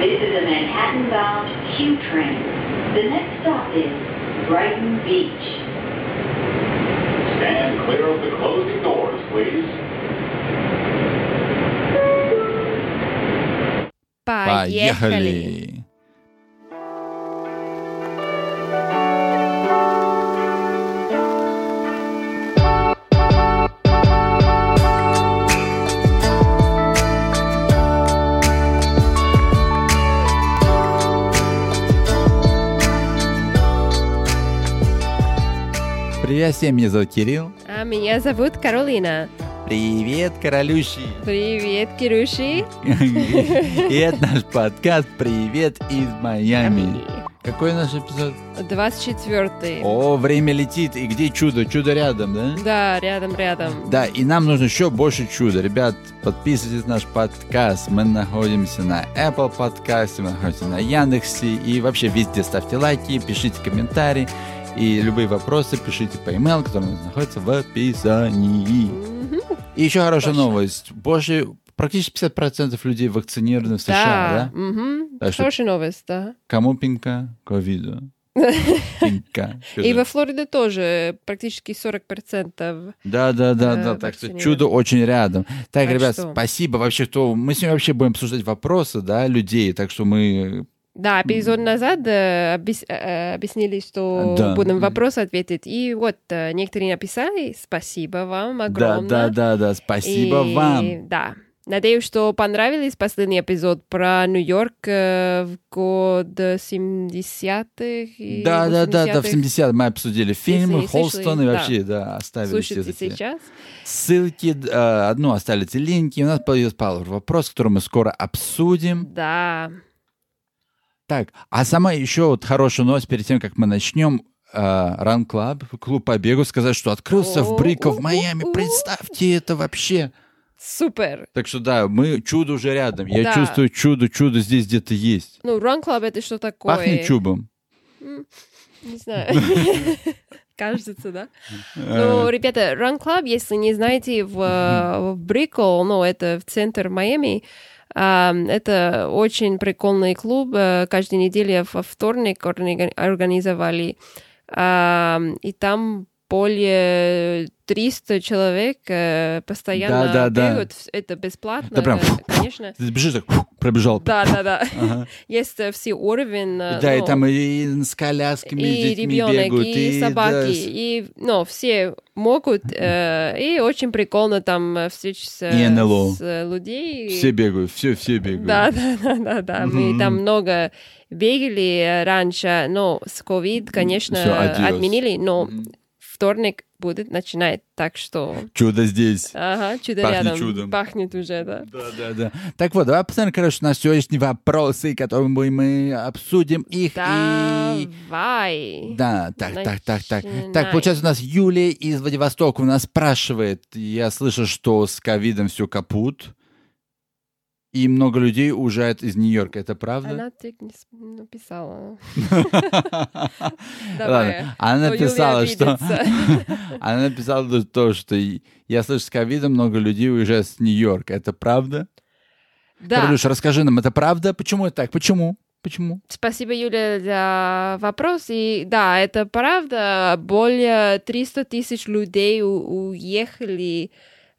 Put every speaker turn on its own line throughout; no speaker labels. This is a Manhattan-bound Q train. The next stop is Brighton Beach.
Stand clear of the closing doors, please.
Поехали. Привет всем, меня зовут Кирилл.
А меня зовут Каролина.
Привет, королющий.
Привет, Кирюши.
И это наш подкаст «Привет из Майами». Какой наш эпизод?
24
О, время летит, и где чудо? Чудо рядом, да?
Да, рядом-рядом.
Да, и нам нужно еще больше чуда. Ребят, подписывайтесь на наш подкаст. Мы находимся на Apple подкасте, мы находимся на Яндексе. И вообще везде ставьте лайки, пишите комментарии. И любые вопросы пишите по email, который у нас находится в описании.
Мгм.
И еще хорошая
Точно.
новость. Больше, практически 50% людей вакцинированы в США, да?
Да. мгм.
Так что-
Хорошая новость, да.
Кому пинка? Ковиду. Пинка.
И во Флориде тоже практически 40%.
Да, да, да,
э,
да. Так что
вакцинированы.
чудо очень рядом. Так,
Так
ребят,
что-
спасибо. Вообще, кто мы сегодня вообще будем обсуждать вопросы, да, людей. Так что мы
Да, эпизод назад э, объяс- э, объяснили, что
Да.
будем вопрос ответить. И вот э, некоторые написали. Спасибо вам
да,
огромное.
да, да, да. Спасибо
И-
вам.
Да. Надеюсь, что понравились последний эпизод про Нью-Йорк э, в год 70-х. и
Да, да, да, да. В
80-х.
70 мы обсудили фильмы,
слышали,
Холстон и
да.
вообще, да, оставили все
Слушайте
такие.
сейчас.
Ссылки, э, одну оставили линки. У нас появился пару вопрос, который мы скоро обсудим.
Да.
Так, а сама еще вот хорошая новость перед тем, как мы начнем. Ран Клаб, клуб по бегу, сказать, что открылся в
О,
Брико в
у,
Майами.
у, у.
Представьте это вообще.
Супер.
Так что да, мы чудо уже рядом. Я
Да.
чувствую чудо, чудо здесь где-то есть.
Ну, Run Club это что такое?
Пахнет чубом.
Не знаю. Кажется, да?
Э,
Ну, ребята, Run Club, если не знаете, в, э, в Брико, ну, это в центр Майами, ам, это очень прикольный клуб. э, Каждую неделю во вторник орни- организовали. Ам, И там более 300 человек э, постоянно
Да-да-да.
бегают. Это бесплатно,
Да прям
э, конечно.
Ты бежишь так, фу, пробежал.
Да-да-да.
Ага.
Есть э, все уровень. э,
Да, и
ну,
там и с колясками, с
и
детьми
ребенок,
бегают.
и
да,
собаки,
с-
и, ну, все могут, э, и очень прикольно там э, встречаться
И НЛО.
с э, людей.
Все бегают, все, все бегают.
да, да, да, да, да. Мы
Мгм.
там много бегали э, раньше, но с COVID, конечно,
Всё, адьос.
отменили, но
Мгм.
вторник будет начинать, так что,
Чудо здесь.
ага, чудо
Пахнет
рядом.
чудом.
Пахнет уже, да.
Да, да, да. Так вот, давай посмотрим, короче, на сегодняшние вопросы, которые мы, мы обсудим их. И...
Давай.
Да, так, так, так, так. Так,
Начинай.
получается, у нас Юлия из Владивостока у нас спрашивает. Я слышу, что с ковидом все капут. И много людей уезжает из Нью-Йорка. Это правда?
Она так не с- написала. Давай.
Ладно, она
Но Юлия
написала, что...
обидится.
Она написала то, что и- я слышу, с ковидом много людей уезжает с Нью-Йорка. Это правда?
Да.
Карлюш, расскажи нам, это правда? Почему это так? Почему? Почему?
Спасибо, Юля, за вопрос. И да, это правда. Более 300 тысяч людей у- уехали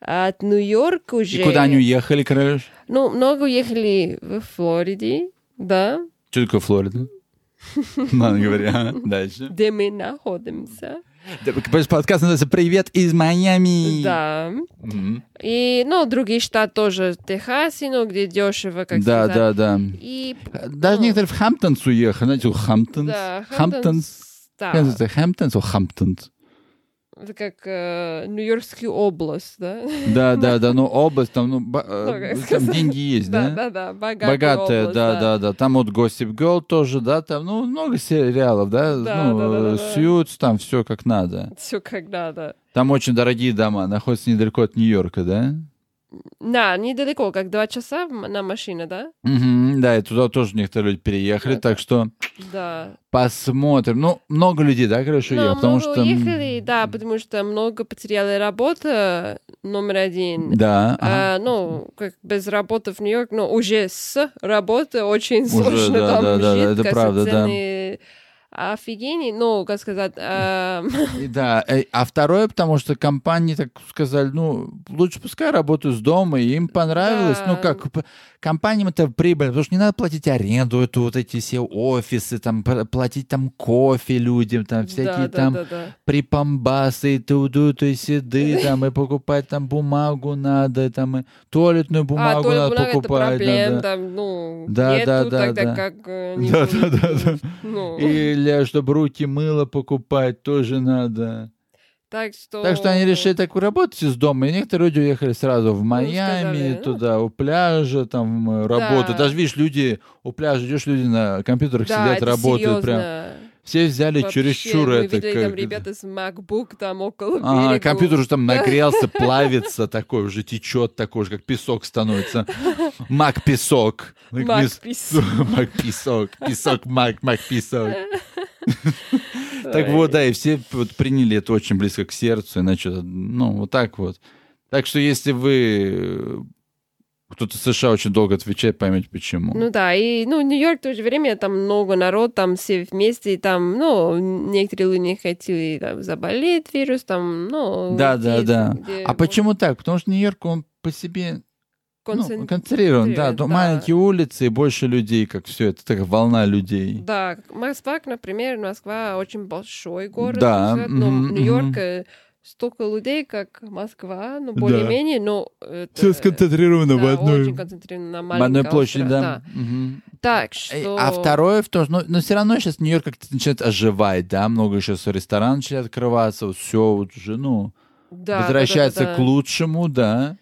а, от Нью-Йорка уже.
И куда они уехали, Королюш?
Ну, много уехали в Флориде, да,
Что такое Флорида? Ладно, говори. ага, Дальше.
где мы находимся.
Да, Подкаст называется «Привет из Майами».
Да.
Мгм.
И, ну, другие штаты тоже. Техас, ну, где дешево, как
Да,
сказать.
да, да.
И,
Даже
ну,
некоторые в Хамптонс уехали. Знаете, у Хамптонс.
Да,
Хамптонс.
Хамптонс, да.
Как это, Хамптонс, о, Хамптонс.
Это как э, Нью-Йоркская область, да?
Да, да, да, ну область там, ну, ба- э,
как
там
сказать.
деньги есть,
Да,
да?
да, да, богатая,
Богатая,
область,
да, да, да. Там вот Gossip Girl тоже, да, там, ну, много сериалов, да,
Да,
ну,
да, да, да,
э,
да.
Suits, там все как надо.
Все как надо.
Там очень дорогие дома, находятся недалеко от Нью-Йорка, да?
Да, недалеко, как два часа м- на машине, да?
Мгм, да, и туда тоже некоторые люди переехали,
Да.
так что
Да.
посмотрим. Ну, много людей, да, короче,
Но
уехало, потому
Ну, много
что... м,
уехали, да, потому что много потеряли работу, номер один.
Да, ага.
А, ну, как без работы в Нью-Йорк, но уже с работы очень
Уже,
сложно
да,
там
да, да,
жить.
это
как
правда, да.
цены Офигенный, ну, как сказать, эм,
И да. э, А второе, потому что компании так сказали, ну, лучше пускай работают с дома, и им понравилось.
Да.
Ну, как, п- компаниям это прибыль, потому что не надо платить аренду, это вот эти все офисы, там, пр- платить там кофе людям, там, А
да, да,
всякие там
да, да.
припамбасы, и туду, и сиды, там, и покупать там бумагу надо, и там, и туалетную бумагу
а, только
надо
много это
покупать.
проблем,
надо.
там, ну,
Да,
нету,
да, да,
тогда
да.
как э, не
Да, да,
будет,
да, да.
ну,
Или чтобы руки мыло покупать тоже надо.
так что...
Так что они решили так работать из дома, и некоторые люди уехали сразу в Майами,
сказали, ну.
туда, у пляжа, там э, работа.
Да.
Даже видишь, люди у пляжа идешь, люди на компьютерах
да,
сидят,
это
работают. Прям.
серьезно.
Все взяли
Вообще,
чересчур
мы
это.
видели там
как-
ребята с MacBook там около
Ага,
берегу.
компьютер уже там нагрелся, плавится такой, уже течет такой же, как песок становится. Мак-песок.
Мак-песок.
Мак-песок. Песок-мак, мак-песок. Так вот, да, и все вот приняли это очень близко к сердцу, иначе, это, ну, вот так вот. Так что если вы... э, Кто-то в США очень долго отвечает, поймете почему.
Ну да, и ну, Нью-Йорк в то же время, там много народ, там все вместе, и там, ну, некоторые люди не хотели там, заболеть вирус, там, ну...
да, да,
где-
да.
где
А
вот
почему так? Потому что Нью-Йорк, он по себе ну,
концен-
концентрирован,
концентрирован,
да, да,
да.
маленькие улицы и больше людей, как все это, такая волна людей.
Да, как Москва, например, Москва очень большой город, так
Да,
сказать, но
мгм,
Нью-Йорк
мгм.
э, столько людей, как Москва, но более-менее, но... это-
Все сконцентрировано
да,
в одной,
очень концентрировано на
в одной
маленьком
площади,
острове,
да.
да.
Мгм.
Так,
Э,
что...
А второе в том, что, ну, но все равно сейчас Нью-Йорк как-то начинает оживать, да, много сейчас ресторанов начали открываться, вот все, вот уже, ну,
Да, да, да,
возвращается
да.
к лучшему, да.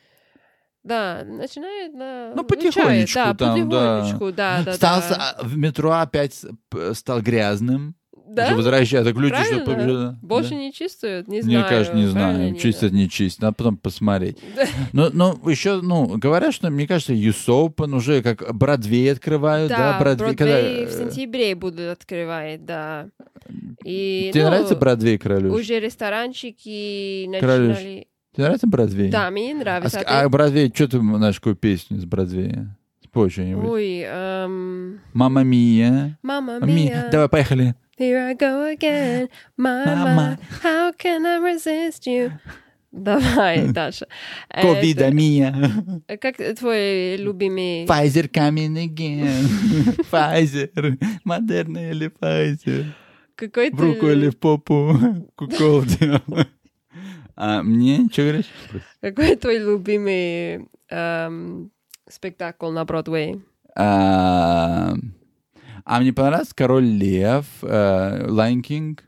Да, начинает на...
Ну, потихонечку
да,
там, да.
потихонечку, да, да,
стал
да.
с- а, в метро опять э, стал грязным,
Да?
уже возвращается к людям,
Правильно?
что побежда-
Больше
да.
не чувствуют? Не
Мне
знаю.
кажется, не знаю,
правильно,
чистят, не чистят, надо потом посмотреть.
Да.
Но, но еще, ну, говорят, что, мне кажется, Юсопен уже как Бродвей открывают, да,
Да,
Бродвей.
Бродвей
когда,
в
э,
сентябре будут открывать, да. И,
Тебе
ну,
нравится Бродвей, Королюш?
Уже ресторанчики
Королюш,
начинали...
Тебе нравится Бродвей?
Да, мне
А, с-
нравится.
а
А ты-
Бродвей, что ты знаешь, какую песню из Бродвея? Спой что-нибудь.
Ой, эм,
Мама Мия.
мама
Ми-
mia,
Давай, поехали.
here I go again,
Мама.
мама, how can I resist you? Давай, Даша. Э,
Ковида Мия.
э, Как твой любимый...
Pfizer coming again. Pfizer. Модерна или Pfizer?
Какой
В руку или в попу? Кукол делал. А мне что говоришь?
Какой твой любимый эм, спектакль на Бродвее?
А а мне понравился Король Лев, э, Lion King.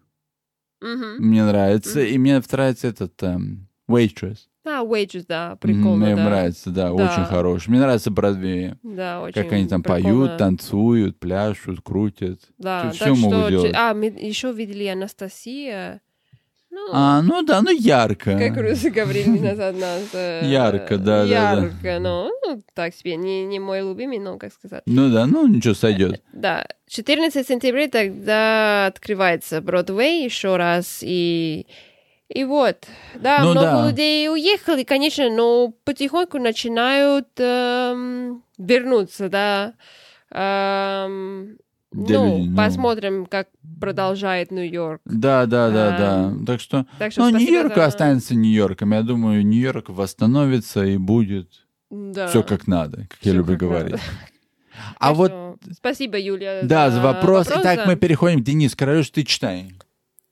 Мгм.
Мне нравится. И мне нравится этот эм, Waitress.
А, Wages, да,
М,
прикольно,
Мне
да.
нравится, да,
Да.
очень хороший. Мне нравится Бродвей.
Да, очень
Как они там
прикольно.
поют, танцуют, пляшут, крутят.
Да,
всё-
так
всё могут
что...
делать.
А, мы еще видели Анастасия. Ну,
А, ну да, ну ярко.
как русы говорили назад нас. э,
Ярко, да, да, да.
Ярко, но ну, так себе. Не, не мой любимый, но, как сказать.
Ну да, ну ничего сойдет.
Да, 14 сентября тогда открывается Бродвей еще раз, и, и вот, да,
Ну
много
да.
людей уехали, конечно, но потихоньку начинают эм, вернуться, да. Эм,
Где
ну,
люди, ну.
посмотрим, как продолжает Нью-Йорк.
Да, да, да, да.
Ам,
Так что,
Так что
ну
А. спасибо
Нью-Йорк
за-
останется Нью-Йорком. Я думаю, Нью-Йорк восстановится и будет
Да.
все как надо, как я
Всё
люблю
как
говорить.
надо.
А
Так
вот,
что Спасибо, Юлия.
да, за вопрос.
вопрос,
Итак,
да.
мы переходим. Денис, Королёш, ты читай.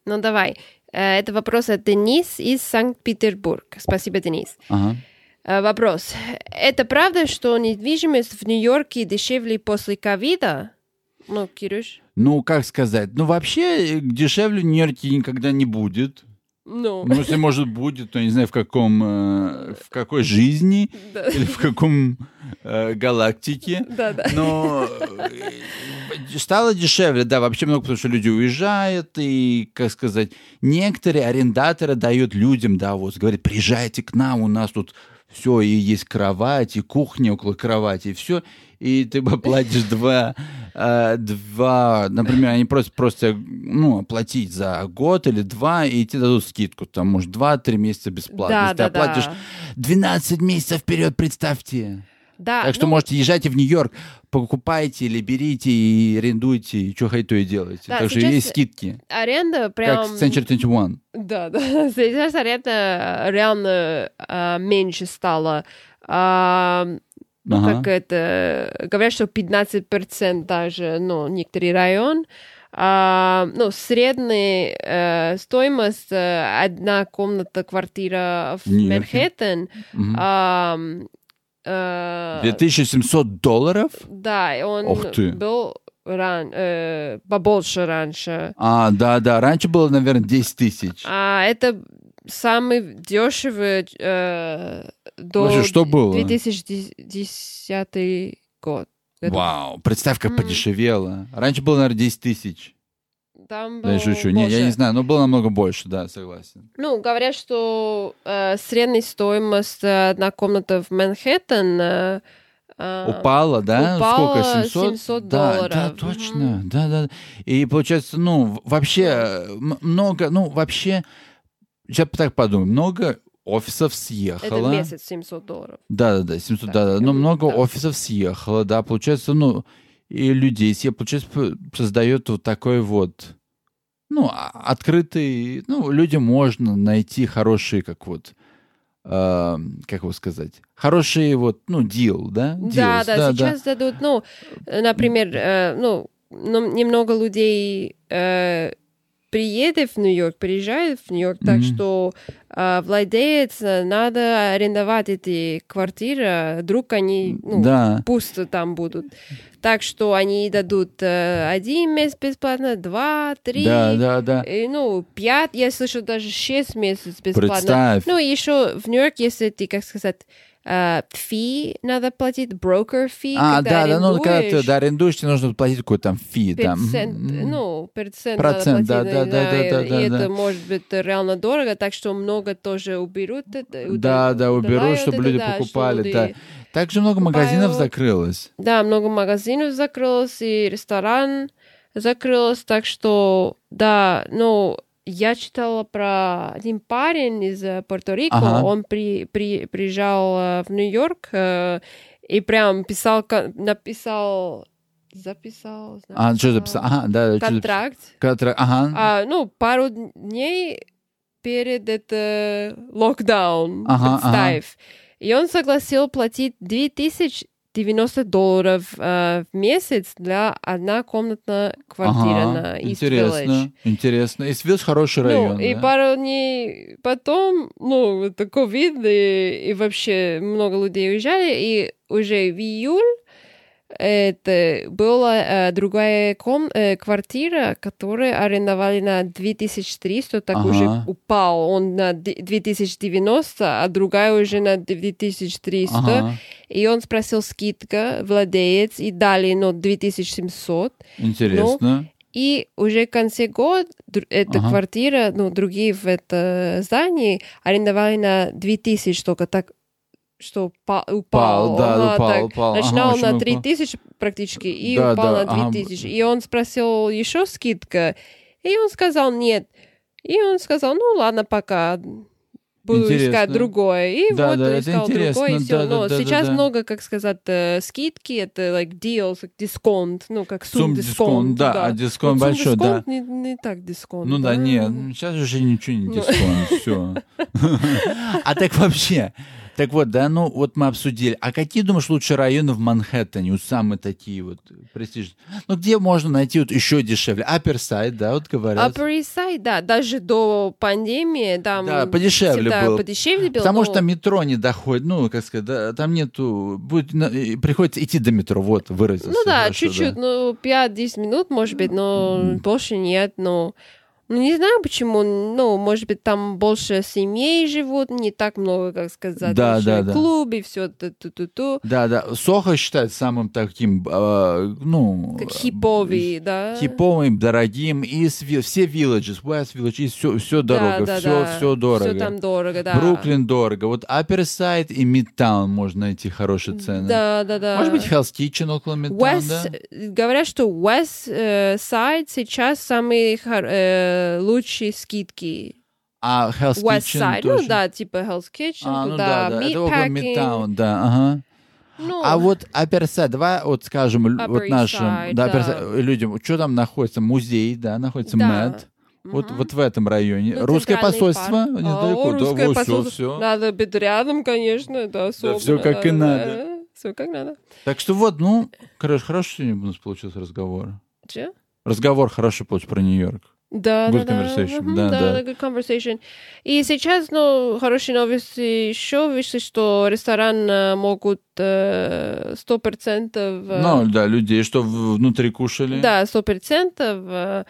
Ну, давай. Э, Это вопрос от Денис из Санкт-Петербурга. Спасибо, Денис.
Ага.
Э, Вопрос. Это правда, что недвижимость в Нью-Йорке дешевле после ковида? Ну, Кирюш.
Ну, как сказать? Ну, вообще, э, дешевле в Нью-Йорке никогда не будет.
Ну.
Ну, если, может, будет, то не знаю, в каком, э, в какой жизни
Да,
или в каком э, галактике.
да. да.
Но э, стало дешевле, да, вообще много, потому что люди уезжают, и, как сказать, некоторые арендаторы дают людям, да, вот, говорят, приезжайте к нам, у нас тут все, и есть кровать, и кухня около кровати, и все. И ты бы платишь два, э, два, например, они просто, просто ну, платить за год или два, и тебе дадут скидку, там, может, два-три месяца бесплатно.
Да,
Если ты
да, да.
оплатишь 12 месяцев вперед, представьте.
Да,
так что,
ну,
можете, езжайте в Нью-Йорк, покупайте или берите и арендуйте, и что хай то и делайте.
Да,
так что
сейчас
есть скидки,
ну, аренда
как
прям...
Century 21.
Да, да. Сейчас аренда реально а, меньше стала. А, ну,
Ага.
как это... Говорят, что 15% даже, ну, некоторый район. А, ну, средняя э, стоимость э, одна комната квартира в
В Нью-Йорке?
Манхэттен
Мгм.
ам, э,
2700 долларов?
Да, и он
Ух ты.
был ран, э, побольше раньше.
А, да, да. Раньше было, наверное, 10 тысяч.
А это самый дешевый э, до
Вообще, что было?
2010 год. это-
Вау, представь, как
М.
подешевело. Раньше было, наверное, 10 тысяч.
Там
Да, я
был
шучу. Не, я
больше.
не знаю, но было намного больше, да, согласен.
Ну, говорят, что э, средняя стоимость э, одна комната в Манхэттен э, э,
Упало, да?
упало
Сколько? 700?
700
да, да,
долларов.
точно. Да, да. И получается, ну, в- вообще э, м- много, ну, вообще, я так подумаю, много офисов
Это
съехало.
в месяц 700 долларов.
Да, да, да, 700,
Так,
да, да. Но
эм,
много
да.
офисов съехало, да, получается, ну, и людей съе- получается, п- создает вот такой вот, ну, а- открытый, ну, людям можно найти хорошие, как вот, э, как его сказать, хорошие вот, ну, дел, да?
Да,
deals,
да, сейчас дадут, ну, э, например, э, ну, ну, немного людей э, приедет в Нью-Йорк, приезжает в Нью-Йорк, так
Мгм.
что э, владелец э, надо арендовать эти квартиры, а вдруг они, ну,
да.
пусто там будут. Так что они дадут э, один месяц бесплатно, два, три,
Да, да, да.
и, ну, пять, я слышу, даже шесть месяцев бесплатно.
Представь.
Ну, и еще в Нью-Йорке, если ты, как сказать, э, фи надо платить, брокер фи,
а, да, да, ну, когда ты
арендуешь,
да, арендуешь, тебе нужно платить какой-то там фи, там.
процент,
м,
ну, процент, надо платить,
Процент, да,
не
да,
знаю,
да, да,
и,
да,
и
да.
это может быть реально дорого, так что много тоже уберут. э, это,
Да, да, уберут,
удаляют
чтобы
это,
люди
да, что
покупали,
люди-
да. Также много магазинов
покупают.
закрылось.
Да, много магазинов закрылось, и ресторан закрылось, так что, да, ну, я читала про один парень из э, Пуэрто-Рико,
Ага.
он при, при, приезжал э, в Нью-Йорк э, и прям писал, кон- написал, записал,
А, что
написал
записал? Ага, да, да, что записал?
контракт,
Контракт, ага.
а, ну, пару дней перед это локдаун,
Ага, ага.
представь. И он согласил платить 2090 долларов э, в месяц для однокомнатной квартиры
ага.
на East Village.
Интересно, интересно. East Village хороший район,
ну, и
да?
пару дней потом, ну, это ковид, и, и вообще много людей уезжали, и уже в июль это была э, другая ком- э, квартира, которую арендовали на 2300, так
Ага.
уже упал он на д- 2090, а другая уже на 2300.
Ага,
И он спросил скидка, владелец, и дали, ну, 2700. Ну,
интересно.
И уже в конце года др- эта
Ага.
квартира, ну, другие в это э, здании арендовали на 2000 только, так что па- упал.
Пал, да,
Ага,
упал,
так.
упал. Ага,
Начинал
очень
на
упал.
3000 практически и
Да,
упал
да,
на
ага.
2000. И он спросил еще скидка, и он сказал нет. И он сказал, ну ладно, пока буду искать
Интересно.
другое. И
Да,
вот
да, это
искал другое, и
интересно,
все.
да, да,
Но
да, да,
сейчас
да.
много, как сказать, э, скидки, это like deals, like дисконт, ну как сум
Сум дисконт, да, а дисконт
вот
большой, да.
сум-дисконт Не, не так дисконт.
Ну да, не, сейчас уже ничего не
Ну.
дисконт, все. А так вообще, так вот, да, ну вот мы обсудили. А какие, думаешь, лучшие районы в Манхэттене, вот самые такие вот престижные? Ну где можно найти вот еще дешевле? Upper Side, да, вот говорят.
А Upper East Side, да, даже до пандемии там
Да, подешевле
всегда
было.
подешевле было.
Потому
но-
что там метро не доходит, ну, как сказать, да, там нету, будет, на- и приходится идти до метро, вот, выразился.
Ну да,
хорошо,
чуть-чуть, ну 5-10 минут, может быть, но
М.
больше нет, но Ну, не знаю почему, ну, может быть, там больше семей живут, не так много, как сказать,
Да, да, да.
клубы, все ту-ту-ту,
Да, да. Сохо считается самым таким, э, ну...
как хиповые, да?
Хиповым, дорогим. И с ви- все villages, West Village, и все, все дорого, все, все дорого.
Все там дорого, да.
Бруклин дорого. Вот Upper Side и Midtown можно найти хорошие цены.
Да, да, да.
Может быть, Hell's Kitchen около Midtown,
West, э,
да?
говорят, что West э, Side сейчас самые хор- э, лучшие скидки.
А Hell's
West
Kitchen
Side,
тоже?
ну да, типа Hell's Kitchen,
А, ну
туда
да, да. Это около
Meatpacking.
Midtown, да, ага.
Ну,
А вот Upper Side, давай вот скажем л-
Upper
вот
East
нашим
Side,
да, Upper
да.
Side, людям, что там находится? Музей, да, находится
Да.
МЭД. Вот,
мгм.
вот в этом районе.
Ну,
Русское
Центральный
посольство
парк.
недалеко.
О,
да,
русское
вот всё,
посольство.
всё.
Надо быть рядом, конечно, да, особо.
всё как и надо.
Все как надо.
Так что вот, ну, короче, хорошо сегодня у нас получился разговор.
Че?
Разговор хорошо получился про Нью-Йорк.
Да,
Good
да,
conversation,
мгм,
да, да.
да, good conversation. И сейчас, ну, хорошие новости еще вышли, что ресторан э, могут э, сто процентов. э,
Ну, да, людей, что в- внутри кушали.
Да, сто процентов. э,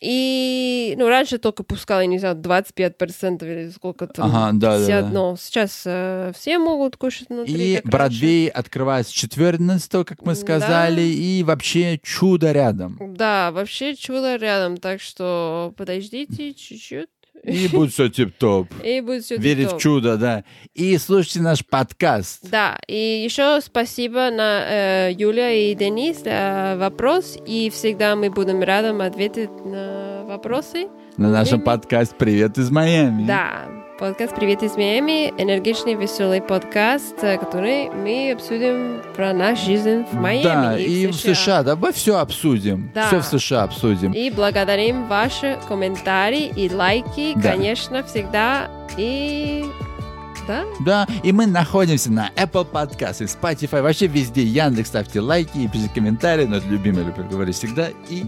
И, ну, раньше только пускали, не знаю, 25 процентов или сколько там.
Ага, да, да,
51.
да.
Сейчас э, все могут кушать внутри.
И
как раньше.
Бродвей открывается 14 как мы
Да.
сказали, и вообще чудо рядом.
Да, вообще чудо рядом, так что подождите чуть-чуть,
И будет все тип-топ.
и будет все
Верить в чудо, да. И слушайте наш подкаст.
Да, и еще спасибо на э, Юля и Денис за вопрос, и всегда мы будем рядом ответить на вопросы.
На нашем
Время.
подкасте «Привет из Майами».
Да, подкаст «Привет из Майами», энергичный, веселый подкаст, э, который мы обсудим про наш жизнь в Майами
Да, и в
США.
США. Давай все обсудим.
Да.
Все в США обсудим.
И благодарим ваши комментарии и лайки,
Да.
конечно, всегда. И да,
Да, и мы находимся на Apple Podcast и Spotify, вообще везде. Яндекс, ставьте лайки и пишите комментарии. Наш любимый, любимый, говорю всегда. И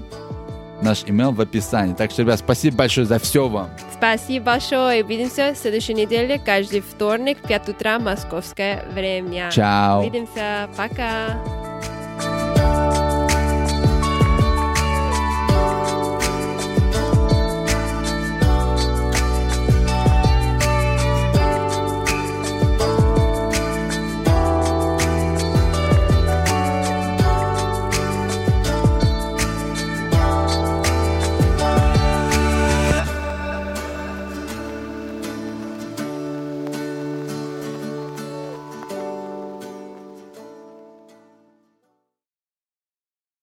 наш имейл в описании. Так что, ребят, спасибо большое за все вам.
спасибо большое. Увидимся в следующей неделе, каждый вторник в 5 утра московское время.
Чао.
Увидимся, пока.